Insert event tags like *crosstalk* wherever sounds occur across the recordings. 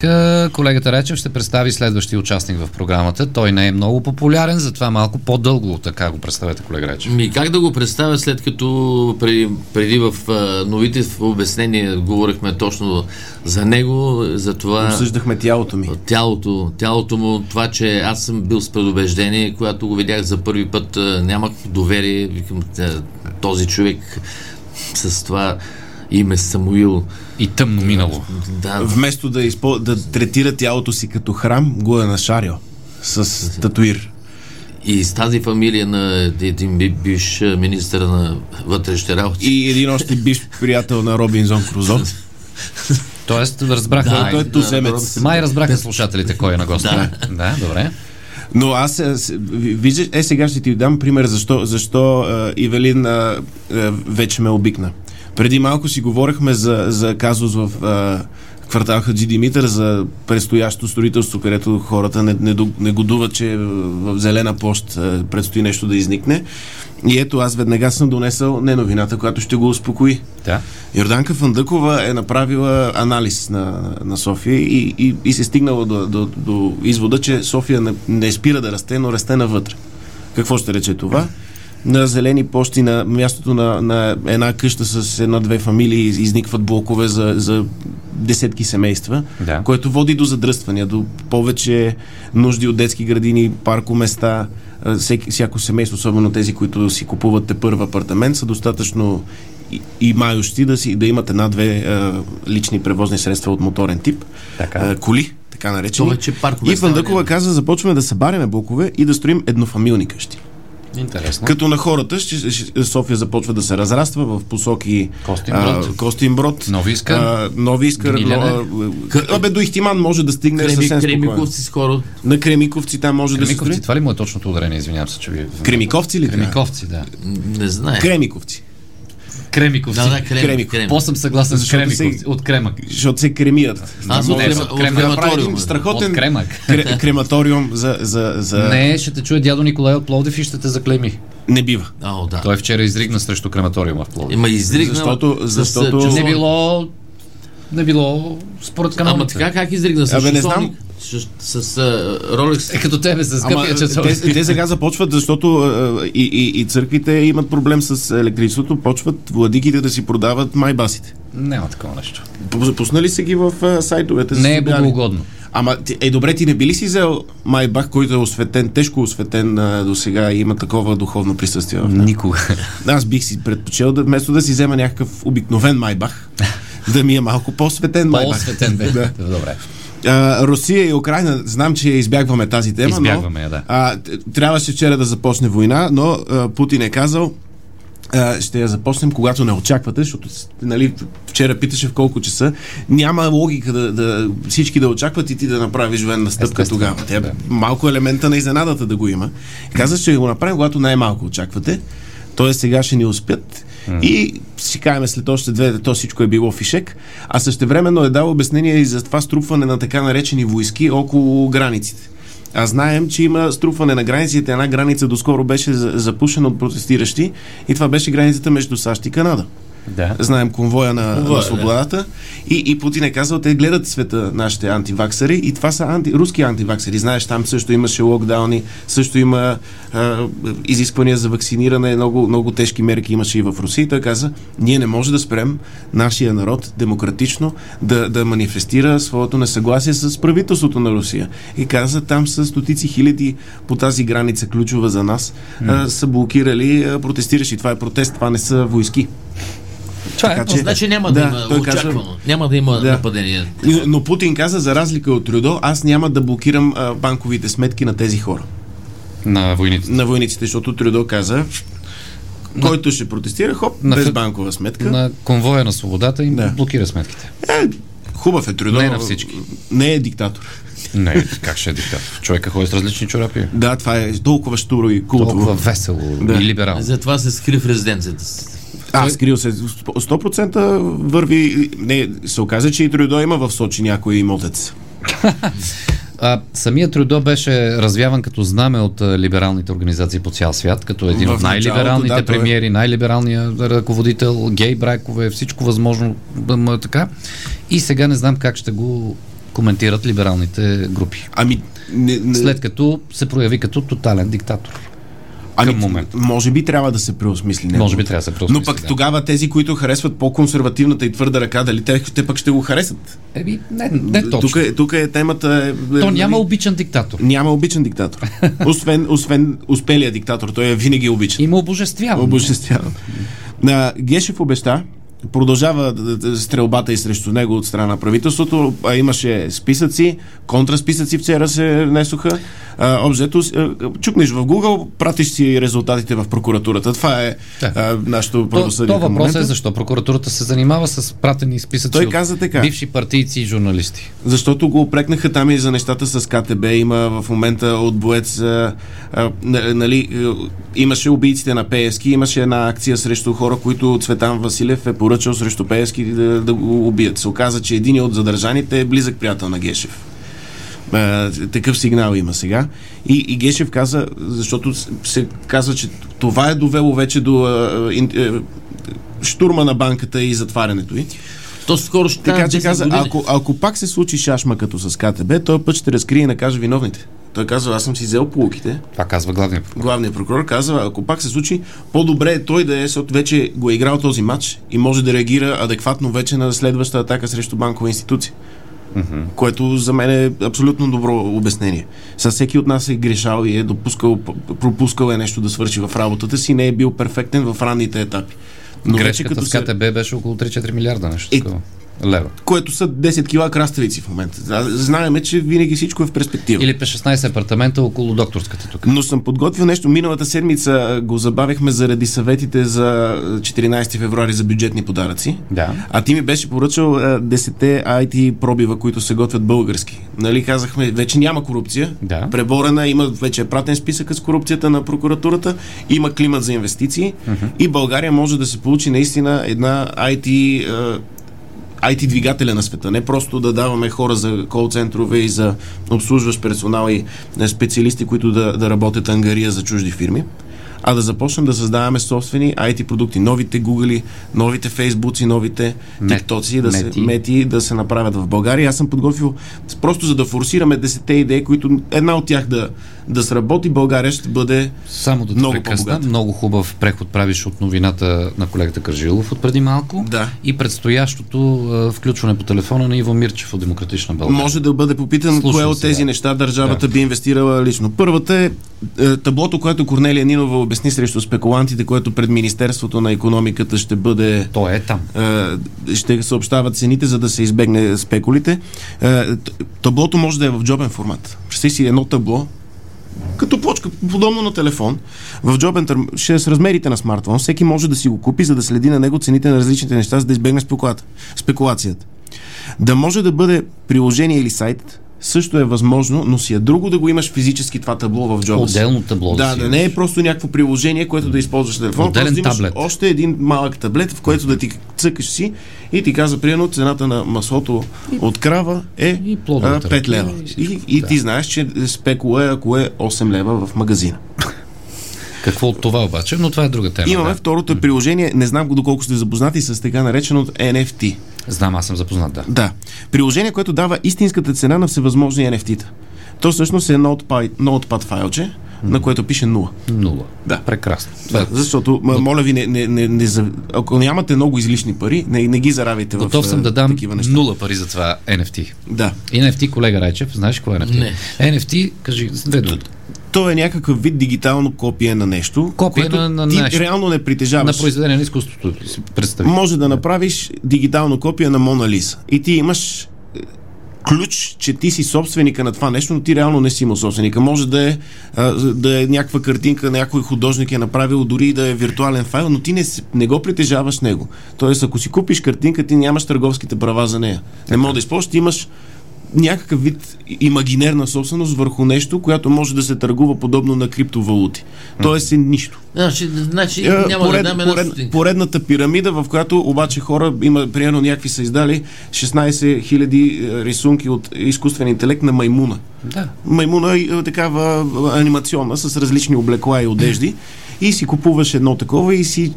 К- Е, Колегата Речев ще представи следващия участник в програмата. Той не е много популярен, затова малко по-дълго така го представете, колега Речев. Ми как да го представя след като преди, преди в а, новите в обяснение говорихме точно за него, за това Обсъждахме тялото ми. тялото, тялото му, това, че аз съм бил с предубеждение, когато го видях за първи път, а, нямах доверие, викам, а, този човек с това име Самуил. И тъмно минало. Да, Вместо да, изпо... да третира тялото си като храм, го е нашарил с татуир. и с тази фамилия на един би- бивш а, министър на вътрешните работи. И един още бивш приятел на Робинзон Крузо. Тоест, разбрах. Да, май, Той е туземец. май разбраха слушателите кой е на гост. Да. да, добре. Но аз, е, с- ви- виждаш, е сега ще ти дам пример защо, защо е, Ивелин е, е, вече ме обикна. Преди малко си говорихме за, за казус в е, квартал Хаджи Димитър за предстоящо строителство, където хората не, не, до- не годуват, че в зелена площ е, предстои нещо да изникне. И ето аз веднага съм донесъл не новината, която ще го успокои. Да. Йорданка Фандъкова е направила анализ на, на София и, и, и се стигнала до, до, до извода, че София не, не спира да расте, но расте навътре. Какво ще рече това? На зелени пощи, на мястото на, на една къща с една-две фамилии из- изникват блокове за, за десетки семейства, Да. което води до задръствания, до повече нужди от детски градини, паркоместа. А, Всеки, всяко семейство, особено тези, които си купуват те първ апартамент, са достатъчно и, и мающи да, си, да имат една-две а, лични превозни средства от моторен тип. Така. А, коли, така наречени. Повече и паркоместа Фандъкова няма. каза, започваме да събаряме блокове и да строим еднофамилни къщи. Интересно. Като на хората ще, ще, София започва да се разраства в посоки Костинброд. а, Костинброд Нови Искър. а, Нови Искър. Гнилене. но, а, Абе, до Ихтиман може да стигне Креми, е съвсем спокойно. Кремиковци скоро. На Кремиковци там може да се Кремиковци, строи. това ли му е точното ударение? Извинявам се, че ви... Кремиковци ли? трябва? Кремиковци, да. Не знае. Кремиковци. Кремиковци. Да, да, крем. Кремико. крем. По-съм съгласен с Защото Кремиковци. се- От Кремък. Защото се кремират. Аз Не, от, крема, от от крем- Направи крематориума. един страхотен От кремък. *laughs* кре- крематориум за... за, за... Не, ще те чуе дядо Николай от Пловдив и ще те заклеми. не бива. О, да. Той вчера изригна срещу крематориума в Пловдив. Има изригнал. Защото- с- защото- с- число- Не било... Не било според Ама каналата. така как изригна? С Абе, не знам. часовник? С, с, а, Ролекс. Е, като тебе се Ама, скъпия часовник. те, те сега започват, защото а, и, и, и църквите имат проблем с електричеството, почват владиките да си продават майбасите. Няма такова нещо. Пу- Пуснали са ги в а, сайтовете. за Не е събиране. благоугодно. Ама, ти- е добре, ти не би ли си взел майбах, който е осветен, тежко осветен до сега и има такова духовно присъствие в него? Никога. Аз бих си предпочел, да, вместо да си взема някакъв обикновен майбах, да ми е малко по-светен майбах. По-осветен бе. *laughs* Да. Добре. А, Русия и Украина, знам, че избягваме тази тема, Избягваме я, но да. а, т- трябваше вчера да започне война, но а, Путин е казал, а, ще я започнем, когато не очаквате, защото с- нали, вчера питаше в колко часа. Няма логика да, да всички да очакват и ти да направиш военна стъпка Естествено, тогава. Тя, да. да. Е, Малко елемента на изненадата да го има. Каза, ще го направим, когато най-малко очаквате. Тоест сега ще ни успят. И си каеме след още две, то всичко е било фишек, а същевременно е дал обяснение и за това струпване на така наречени войски около границите. А знаем, че има струпване на границите. Една граница доскоро беше за- запушена от протестиращи и това беше границата между САЩ и Канада. Да. Знаем конвоя на, Конвоя, на свободата. И, и Путин е казал, те гледат света нашите антиваксари и това са анти, руски антиваксари. Знаеш, там също имаше локдауни, също има а, изисквания за вакциниране, много, много тежки мерки имаше и в Русия. И той каза, ние не може да спрем нашия народ демократично да, да манифестира своето несъгласие с правителството на Русия. И каза, там са стотици хиляди по тази граница, ключова за нас, а, са блокирали а, протестиращи. Това е протест, това не са войски. Това е Така просто. че- Значи няма да, Да, има той казва- очаквано. Няма да има Да. нападение. Но- Но Путин каза, за разлика от Трюдо, аз няма да блокирам а, банковите сметки на тези хора, На войниците. на войниците, защото Трюдо каза, който ще протестира, хоп, На без фе- банкова сметка. На конвоя на свободата им Да. блокира сметките. Е, хубав е Трюдо. Не на всички. Не е диктатор. Не, как ще е диктатор? Човека ходи с различни чорапи. Да, това е толкова штуро и култово. Толкова весело Да. и либерално. Затова се скри в резиденцията си. А, скрил се. 100% върви. Не, се оказа, че и Трюдо има в Сочи някой имотец. А, самия Трюдо беше развяван като знаме от а, либералните организации по цял свят, като един В от най-либералните началото, да, той е. премиери, най-либералният ръководител, гей бракове, всичко възможно м, така. И сега не знам как ще го коментират либералните групи. Ами, не, не, След като се прояви като тотален диктатор. ами, към момента. Може би трябва да се преосмисли. неговото. Може би трябва да се преосмисли, Но пък да. тогава тези, които харесват по-консервативната и твърда ръка, дали те, те пък ще го харесат? Еби, не, не точно. Тук, е- тук е темата. е- То нали, няма обичан диктатор. няма *laughs* обичан диктатор. Освен, освен успелия диктатор, той е винаги обичан. Има обожествяване. Обожествяван. На Гешев обеща, продължава д- д- стрелбата и срещу него от страна на правителството. А, Имаше списъци, контрасписъци вчера се внесоха. А, Обзето, с- а, чукнеш в Google, пратиш си резултатите в прокуратурата. Това е Да. а, нашето То, правосъдие. то към въпросът е момента. защо прокуратурата се занимава с пратени списъци Той от каза така. бивши партийци и журналисти. Защото го опрекнаха там и за нещата с КТБ. Има в момента от боец, а, а, на- нали, а, имаше убийците на Пеески, имаше една акция срещу хора, които Цветан Василев е поръчал срещу Пеески да, да го убият. Се оказа, че един от задържаните е близък приятел на Гешев. А, такъв сигнал има сега. И, и Гешев каза, защото с- се казва, че това е довело вече до а, ин, а, штурма на банката и затварянето й. То скоро ще Така станат че 10 каза, години. ако, ако пак се случи шашма като с КТБ, този път ще разкрие и накаже виновните. Той казва, аз съм си взел полуките. Това казва главният прокурор. Главният прокурор казва, ако пак се случи, по-добре е той да е, защото вече го е играл този матч и може да реагира адекватно вече на следваща атака срещу банкова институция. Mm-hmm. Което за мен е абсолютно добро обяснение. Със всеки от нас е грешал и е допускал, п- пропускал е нещо да свърши в работата си, не е бил перфектен в ранните етапи. Но вече Грешката с се- КТБ беше около 3-4 милиарда нещо Е, такова. Лева. което са 10 кила краставици в момента. А, Знаеме, че винаги всичко е в перспектива. Или... Или по 16 апартамента около докторската тук. Но съм подготвил нещо. Миналата седмица а, го забавихме заради съветите за а, 14 февруари за бюджетни подаръци. Да. А ти ми беше поръчал а, 10-те IT пробива, които се готвят български. Нали казахме, вече няма корупция. Да. Преборена, има вече е пратен списък с корупцията на прокуратурата, има климат за инвестиции и България може да се получи наистина една IT а, IT двигателя на света. Не просто да даваме хора за кол-центрове и за обслужващ персонал и е, специалисти, които да, да работят ангария за чужди фирми, а да започнем да създаваме собствени IT продукти. Новите Google, новите Facebook, новите Мет- TikTok, да мети. се, мети да се направят в България. Аз съм подготвил с- просто за да форсираме 10 идеи, които една от тях да, да сработи, България ще бъде Само да те Много прекъсна. по-богат. Много хубав преход правиш от новината на колегата Каржилов от преди малко. Да. И предстоящото а, включване по телефона на Иво Мирчев от Демократична България. Може да бъде попитан Слушам кое от сега. тези неща държавата би инвестирала лично. Първата е, е таблото, което Корнелия Нинова обясни срещу спекулантите, което пред Министерството на економиката ще бъде Той е там. е, ще съобщават цените, за да се избегне спекулите. Е, т- Таблото може да е в джобен формат. Ще си едно табло, като плочка, подобно на телефон, в джобен търм, ще е с размерите на смартфон, всеки може да си го купи, за да следи на него цените на различните неща, за да избегне спекулата- спекулацията. Да може да бъде приложение или сайт, също е възможно, но си е друго да го имаш физически това табло в джоба си. Отделно табло. Да, си да имаш. не е просто някакво приложение, което да използваш на телефон. Отделен просто да имаш таблет. Още един малък таблет, в който да ти цъкаш си и ти казва, примерно, цената на маслото от крава е и а, плодовете. 5 лева. И всичко, И, и да. ти знаеш, че спекула е, ако е 8 лева в магазина. Какво от това обаче? Но това е друга тема. Имаме Да. второто приложение, не знам го доколко сте запознати с така нареченото NFT. Знам, аз съм запознат, да. Да. Приложение, което дава истинската цена на всевъзможни NFT-та. То всъщност е Notepad, notepad файлче, на което пише 0. Нула. Да. Прекрасно. Да, Това е защото, ма, моля ви, не, не, не, не, за- ако нямате много излишни пари, не, не ги заравите Готов в съм а, да дам такива неща. нула пари за това NFT. Да. И NFT, колега Райчев, знаеш какво е NFT? Не. NFT, кажи с две думи. То е някакъв вид дигитално копие на нещо, Копие което на- на ти нещо. реално не На притежаваш. произведение на изкуството си представи. Може да направиш дигитално копие на Мона Лиза. И ти имаш е, ключ, че ти си собственика на това нещо, но ти реално не си му собственика. Може да е, а, да е някаква картинка, някой художник е направил, дори и да е виртуален файл, но ти не, си- не го притежаваш него. Тоест, ако си купиш картинка, ти нямаш търговските права за нея. Не може да използваш, ти имаш някакъв вид имагинерна собственост върху нещо, която може да се търгува подобно на криптовалути. Тоест е нищо. Значи, значи Е, няма да дам една поред, стотинка. поредната пирамида, в която обаче хора, има, примерно някакви са издали 16 000 е, рисунки от изкуствен интелект на маймуна. Да. Маймуна е е, такава е, анимационна с различни облекла и одежди и си купуваш едно такова и си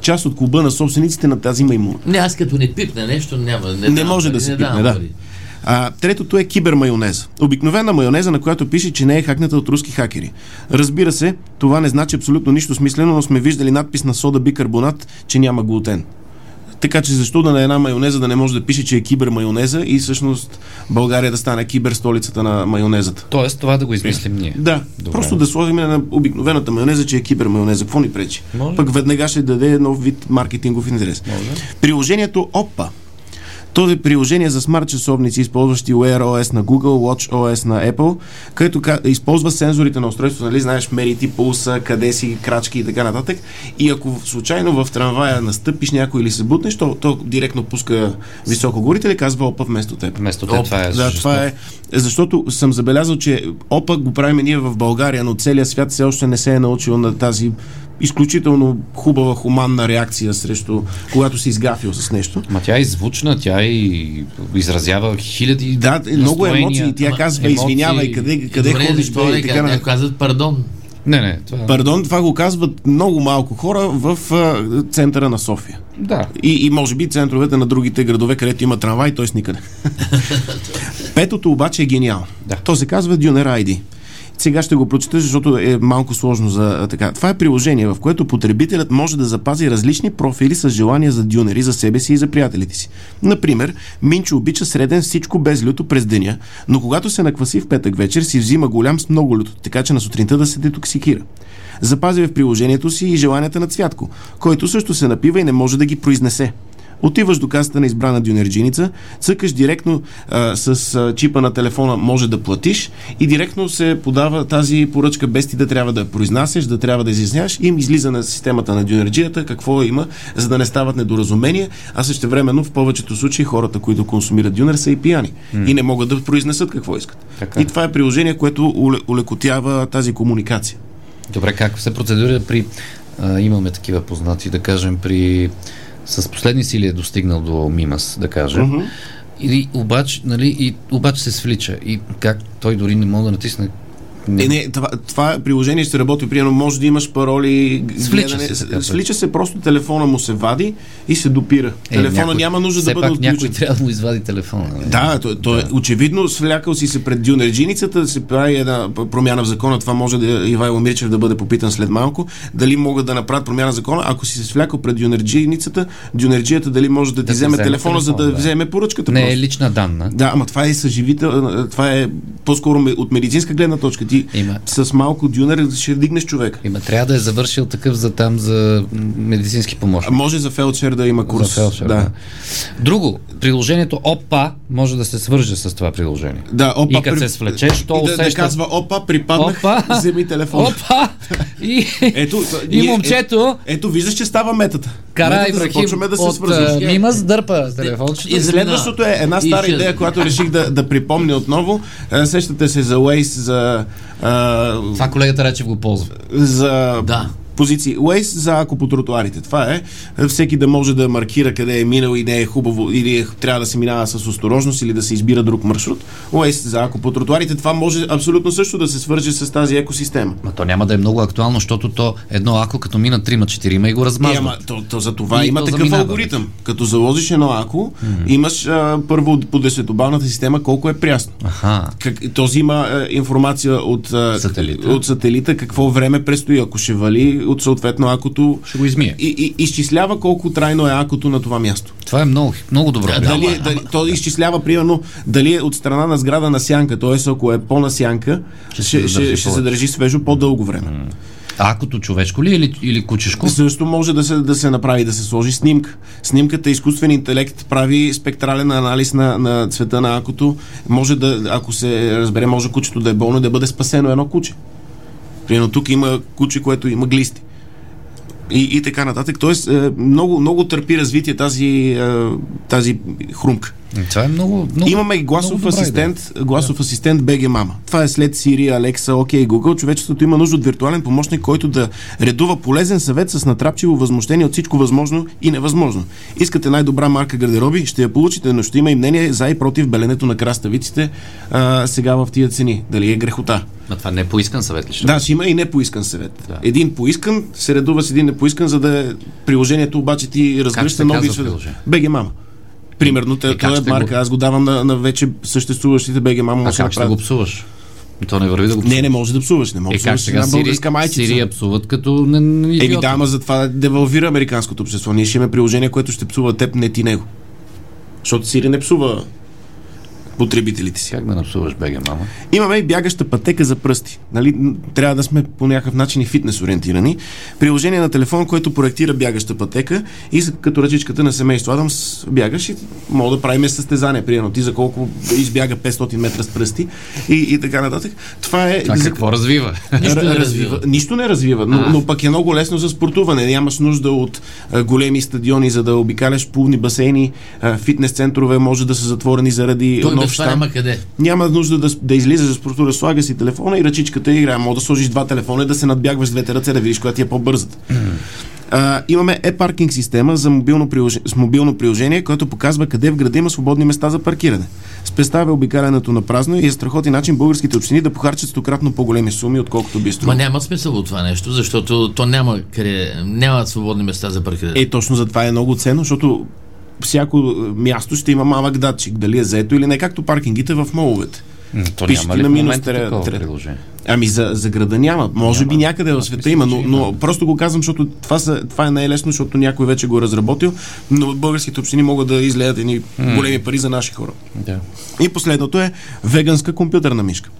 част от клуба на собствениците на тази маймуна. Не, аз като не пипна нещо, няма. Не, Не давам може пари, да се не давам пипне, да. пари. А, третото е кибермайонеза. Обикновена майонеза, на която пише, че не е хакната от руски хакери. Разбира се, това не значи абсолютно нищо смислено, но сме виждали надпис на сода бикарбонат, че няма глутен. Така че защо да на една майонеза да не може да пише, че е кибермайонеза и всъщност България да стане киберстолицата на майонезата? Тоест това да го измислим ние. Да, Добре. просто да сложим на обикновената майонеза, че е кибермайонеза. Какво ни пречи? Може. Пък веднага ще даде нов вид маркетингов интерес. Може. Приложението OPA. Този приложение за смарт часовници, използващи Wear OS на Google, Watch OS на Apple, където ка- използва сензорите на устройството, нали, знаеш, мери ти пулса, къде си, крачки и така нататък. И ако в- случайно в трамвая настъпиш някой или се бутнеш, то, то директно пуска високогорите и казва OPA вместо теб. Вместо те, това е Да, жестоко. това е. Защото съм забелязал, че опа го правим ние в България, но целият свят все още не се е научил на тази изключително хубава хуманна реакция срещу когато си изгафил с нещо. Ма тя е звучна, тя и изразява хиляди Да, много настроения. емоции. Тя Ама казва, емоции- извинявай, къде, къде Добре, ходиш, защо бе, не и така така, на... не казват пардон. Не, не, това... Пардон, това го казват много малко хора в а, центъра на София. Да. И, и може би центровете на другите градове, където има трамвай, т.е. никъде. Петото обаче е гениално. Да. То се казва Duner ID. Сега ще го прочета, защото е малко сложно за а, така. Това е приложение, в което потребителят може да запази различни профили с желания за дюнери за себе си и за приятелите си. Например, Минчо обича среден всичко без люто през деня, но когато се накваси в петък вечер, си взима голям с много люто, така че на сутринта да се детоксикира. Запази в приложението си и желанията на Цвятко, който също се напива и не може да ги произнесе. Отиваш до касата на избрана дюнерджиница, цъкаш директно а, с а, чипа на телефона може да платиш и директно се подава тази поръчка без ти да трябва да я произнасяш, да трябва да изясняваш и им излиза на системата на дюнерджията какво има, за да не стават недоразумения, а също времено в повечето случаи хората, които консумират дюнер са и пияни и не могат да произнесат какво искат. Така. И това е приложение, което уле- улекотява тази комуникация. Добре, как се процедура при... А, имаме такива познати, да кажем, при... С последни сили е достигнал до Мимас, да кажем. Mm-hmm. И, обаче, нали, и, обаче се свлича. И как той дори не може да натисне... Е, не, това, това приложение ще работи, примерно може да имаш пароли, г- Свлича се, така, С- свлича се, просто телефона му се вади и се допира. Е, Телефона някой, няма нужда все да бъде пак отключен. някой трябва да му извади телефона. нали? Да, той, той да. очевидно свлякал си се пред дюнерджиницата, да се прави една п- промяна в закона. Това може да Ивайло Мирчев да бъде попитан след малко. Дали могат да направят промяна в закона, ако си се свлякал пред дюнерджиницата, дюнерджията дали може да ти да вземе телефона, за да, да. вземе поръчката. Не просто. е лична данна. Да, ама това е съживител, това е по-скоро ме- от медицинска гледна точка. Ти Има. с малко дюнер ще вдигнеш човека. Има, трябва да е завършил такъв за там за м, медицински А помощник. Може за фелчер да има курс. За фелдшер, да. Друго, приложението ОПА може да се свърже с това приложение. Да, опа, И като се свлечеш, то и да, да усеща- казва, опа, припаднах, Опа! *laughs* вземи телефона. Опа! И, Ето, и ние- момчето Е, ето, виждаш, че става метата. кара метата, Ибрахим започваме да се от а, свързваш. Мима с дърпа телефончето. И И... за- Следващото е една стара Изчезна. идея, която реших да, да припомня отново. А, Сещате се за Waze, за, а, Това колегата Речев го ползва. за Да. позиции. Waze за ако по тротуарите. Това е. Всеки да може да маркира къде е минал и не е хубаво, или е, трябва да се минава с осторожност, или да се избира друг маршрут. Waze за ако по тротуарите. Това може абсолютно също да се свърже с тази екосистема. Ма то няма да е много актуално, защото то едно ако като мина 3-4 и го Е, ама размазва. то, то за това И има то такъв заминава алгоритъм. Като заложиш едно ако, имаш а, първо по десетобалната система колко е прясно. Аха. Как, този има а, информация от, а, Сателита. от сателита какво време предстои, ако ще вали, от съответно акото. Ще го измие. И, и, изчислява колко трайно е акото на това място. Това е много, много добро. Да, приложение. Дали, е- дали, то изчислява примерно дали е от страна на сграда на сянка, т.е. ако е по-на сянка, ще, ще, задържи ще, ще се повече. държи свежо по-дълго време. Акото човешко ли е или, или кучешко? Също може да се, да се направи, да се сложи снимка. Снимката изкуствен интелект прави спектрален анализ на, на цвета на акото. Може да, ако се разбере, може кучето да е болно и да бъде спасено едно куче. Примерно тук има куче, което има глисти. и, и така нататък. Тоест, е, много, много търпи развитие тази, е, тази хрумка. Това е много. много Имаме и гласов много добра асистент, гласов асистент BG Мама. Това е след Siri, Alexa, OK, Google. Човечеството има нужда от виртуален помощник, който да редува полезен съвет с натрапчиво възмущение от всичко възможно и невъзможно. Искате най-добра марка гардероби, ще я получите, но ще има и мнение за и против беленето на краставиците а, сега в тия цени. Дали е грехота? Ма това не е поискан съвет ли ще? Да, ще има и непоискан съвет. Да. Един поискан се редува с един непоискан, за да е приложението обаче ти разгръща се нови казва света. приложение? BG Мама. Примерно, те, как той е ще го- марка. Аз го давам на, на вече съществуващите BG Мама. А как ще го псуваш? То не върви да го псуваш. Не, не може да псуваш. Не може Е, да как псуваш сега е една Сирия, българска майчица. Сирия псуват като не, не, Еми идиоти. да, ама за това девалвира американското общество. Ние ще имаме приложение, което ще псува теб, не ти него. Защото Сири не псува потребителите си. Как да напсуваш бега, мама? Имаме и бягаща пътека за пръсти. Нали? н- Трябва да сме по някакъв начин и фитнес ориентирани. Приложение на телефон, което проектира бягаща пътека и с- като ръчичката на семейство Адамс бягаш и мога да правим състезание. Примерно ти за колко избяга 500 метра с пръсти и, и така нататък. Това е... Това за- какво *laughs* развива? Нищо не Р- развива. Нищо не развива, но, но пък е много лесно за спортуване. Нямаш нужда от а, големи стадиони, за да обикаляш плувни басейни, а, фитнес центрове може да са затворени заради Той е нов без това щам. няма къде. Няма нужда да, с- да излизаш за спортура, слага си телефона и ръчичката играе. Мога да сложиш два телефона и да се надбягваш с двете ръце, да видиш коя ти е по-бързата. А, имаме e-паркинг система за мобилно приложение, с мобилно приложение, което показва къде в града има свободни места за паркиране. Спестава обикалянето на празно и е страхотен начин българските общини да похарчат стократно по-големи суми, отколкото би Ма струвало. няма смисъл от това нещо, защото то няма къде, няма свободни места за паркиране. Е, точно за това е много ценно, защото всяко е, място ще има малък датчик, дали е заето или не, както паркингите в моловете. То Пишете няма ли на в минус момента тре- такова тре- приложение? Ами за, за града няма. Може би някъде в света има, но, че но просто го казвам, защото това, са, това е най-лесно, защото някой вече го е разработил, но българските общини могат да излеят едни големи пари за наши хора. Да. И последното е веганска компютърна мишка.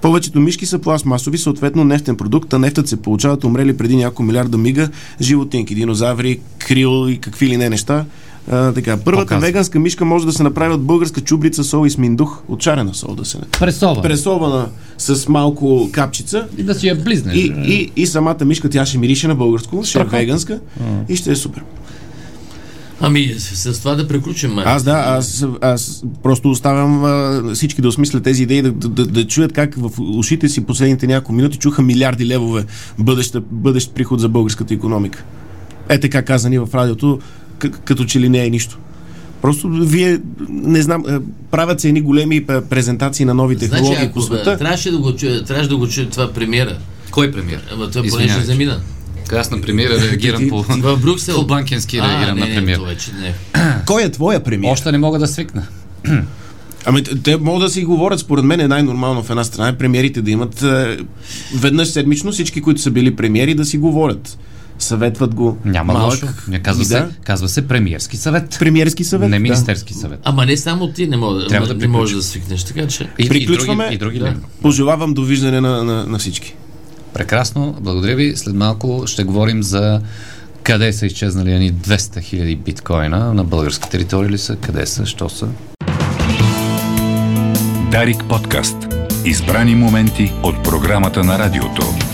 Повечето мишки са пластмасови, съответно нефтен продукт, а нефтът се получават умрели преди няколко милиарда мига животинки, динозаври, крил и какви ли не неща. А, така, първата Показва. веганска мишка може да се направи от българска чубрица, сол и сминдух, от чарена сол да се не. Пресова. Пресована с малко капчица И да си е я близнеш. и, и, и самата мишка, тя ще мирише на българско, ще е веганска и ще е супер. Ами, с, с това да приключим. а. Аз да, аз, аз просто оставям а, всички да осмислят тези идеи, да, да, да, да чуят как в ушите си последните няколко минути чуха милиарди левове бъдеща, бъдещ приход за българската економика. Е така казани в радиото, к- като че ли не е нищо. Просто вие, не знам, а, правят се едни големи а, презентации на нови технологии Значи, по ако, света. а, трябваше да го чуе, трябваше да го чуе това премиера. Кой е премиер? Ама той понеже Извинявай. замина. Аз на *laughs* премиера реагирам по... В *laughs* Брюксел. По Бланкенски реагирам не, на премиер. Не, това вече не. Кой е твоя премиер? Още не мога да свикна. Ами те- те могат да си говорят, според мен е най-нормално в една страна е премиерите да имат е, веднъж седмично всички, които са били премиери, да си говорят. Съветват го. Няма лошо. Не, казва, и да, се, казва се премиерски съвет. Премиерски съвет. не да. министерски съвет. Ама не само ти не може, Трябва да не приключим. можеш да свикнеш, така че... И, Приключваме. И други, и други Да. да. Пожелавам довиждане на, на, на всички. Прекрасно, благодаря ви. След малко ще говорим за къде са изчезнали едни 200 000 биткоина, на българска територия ли са, къде са, що са. Дарик подкаст. Избрани моменти от програмата на радиото.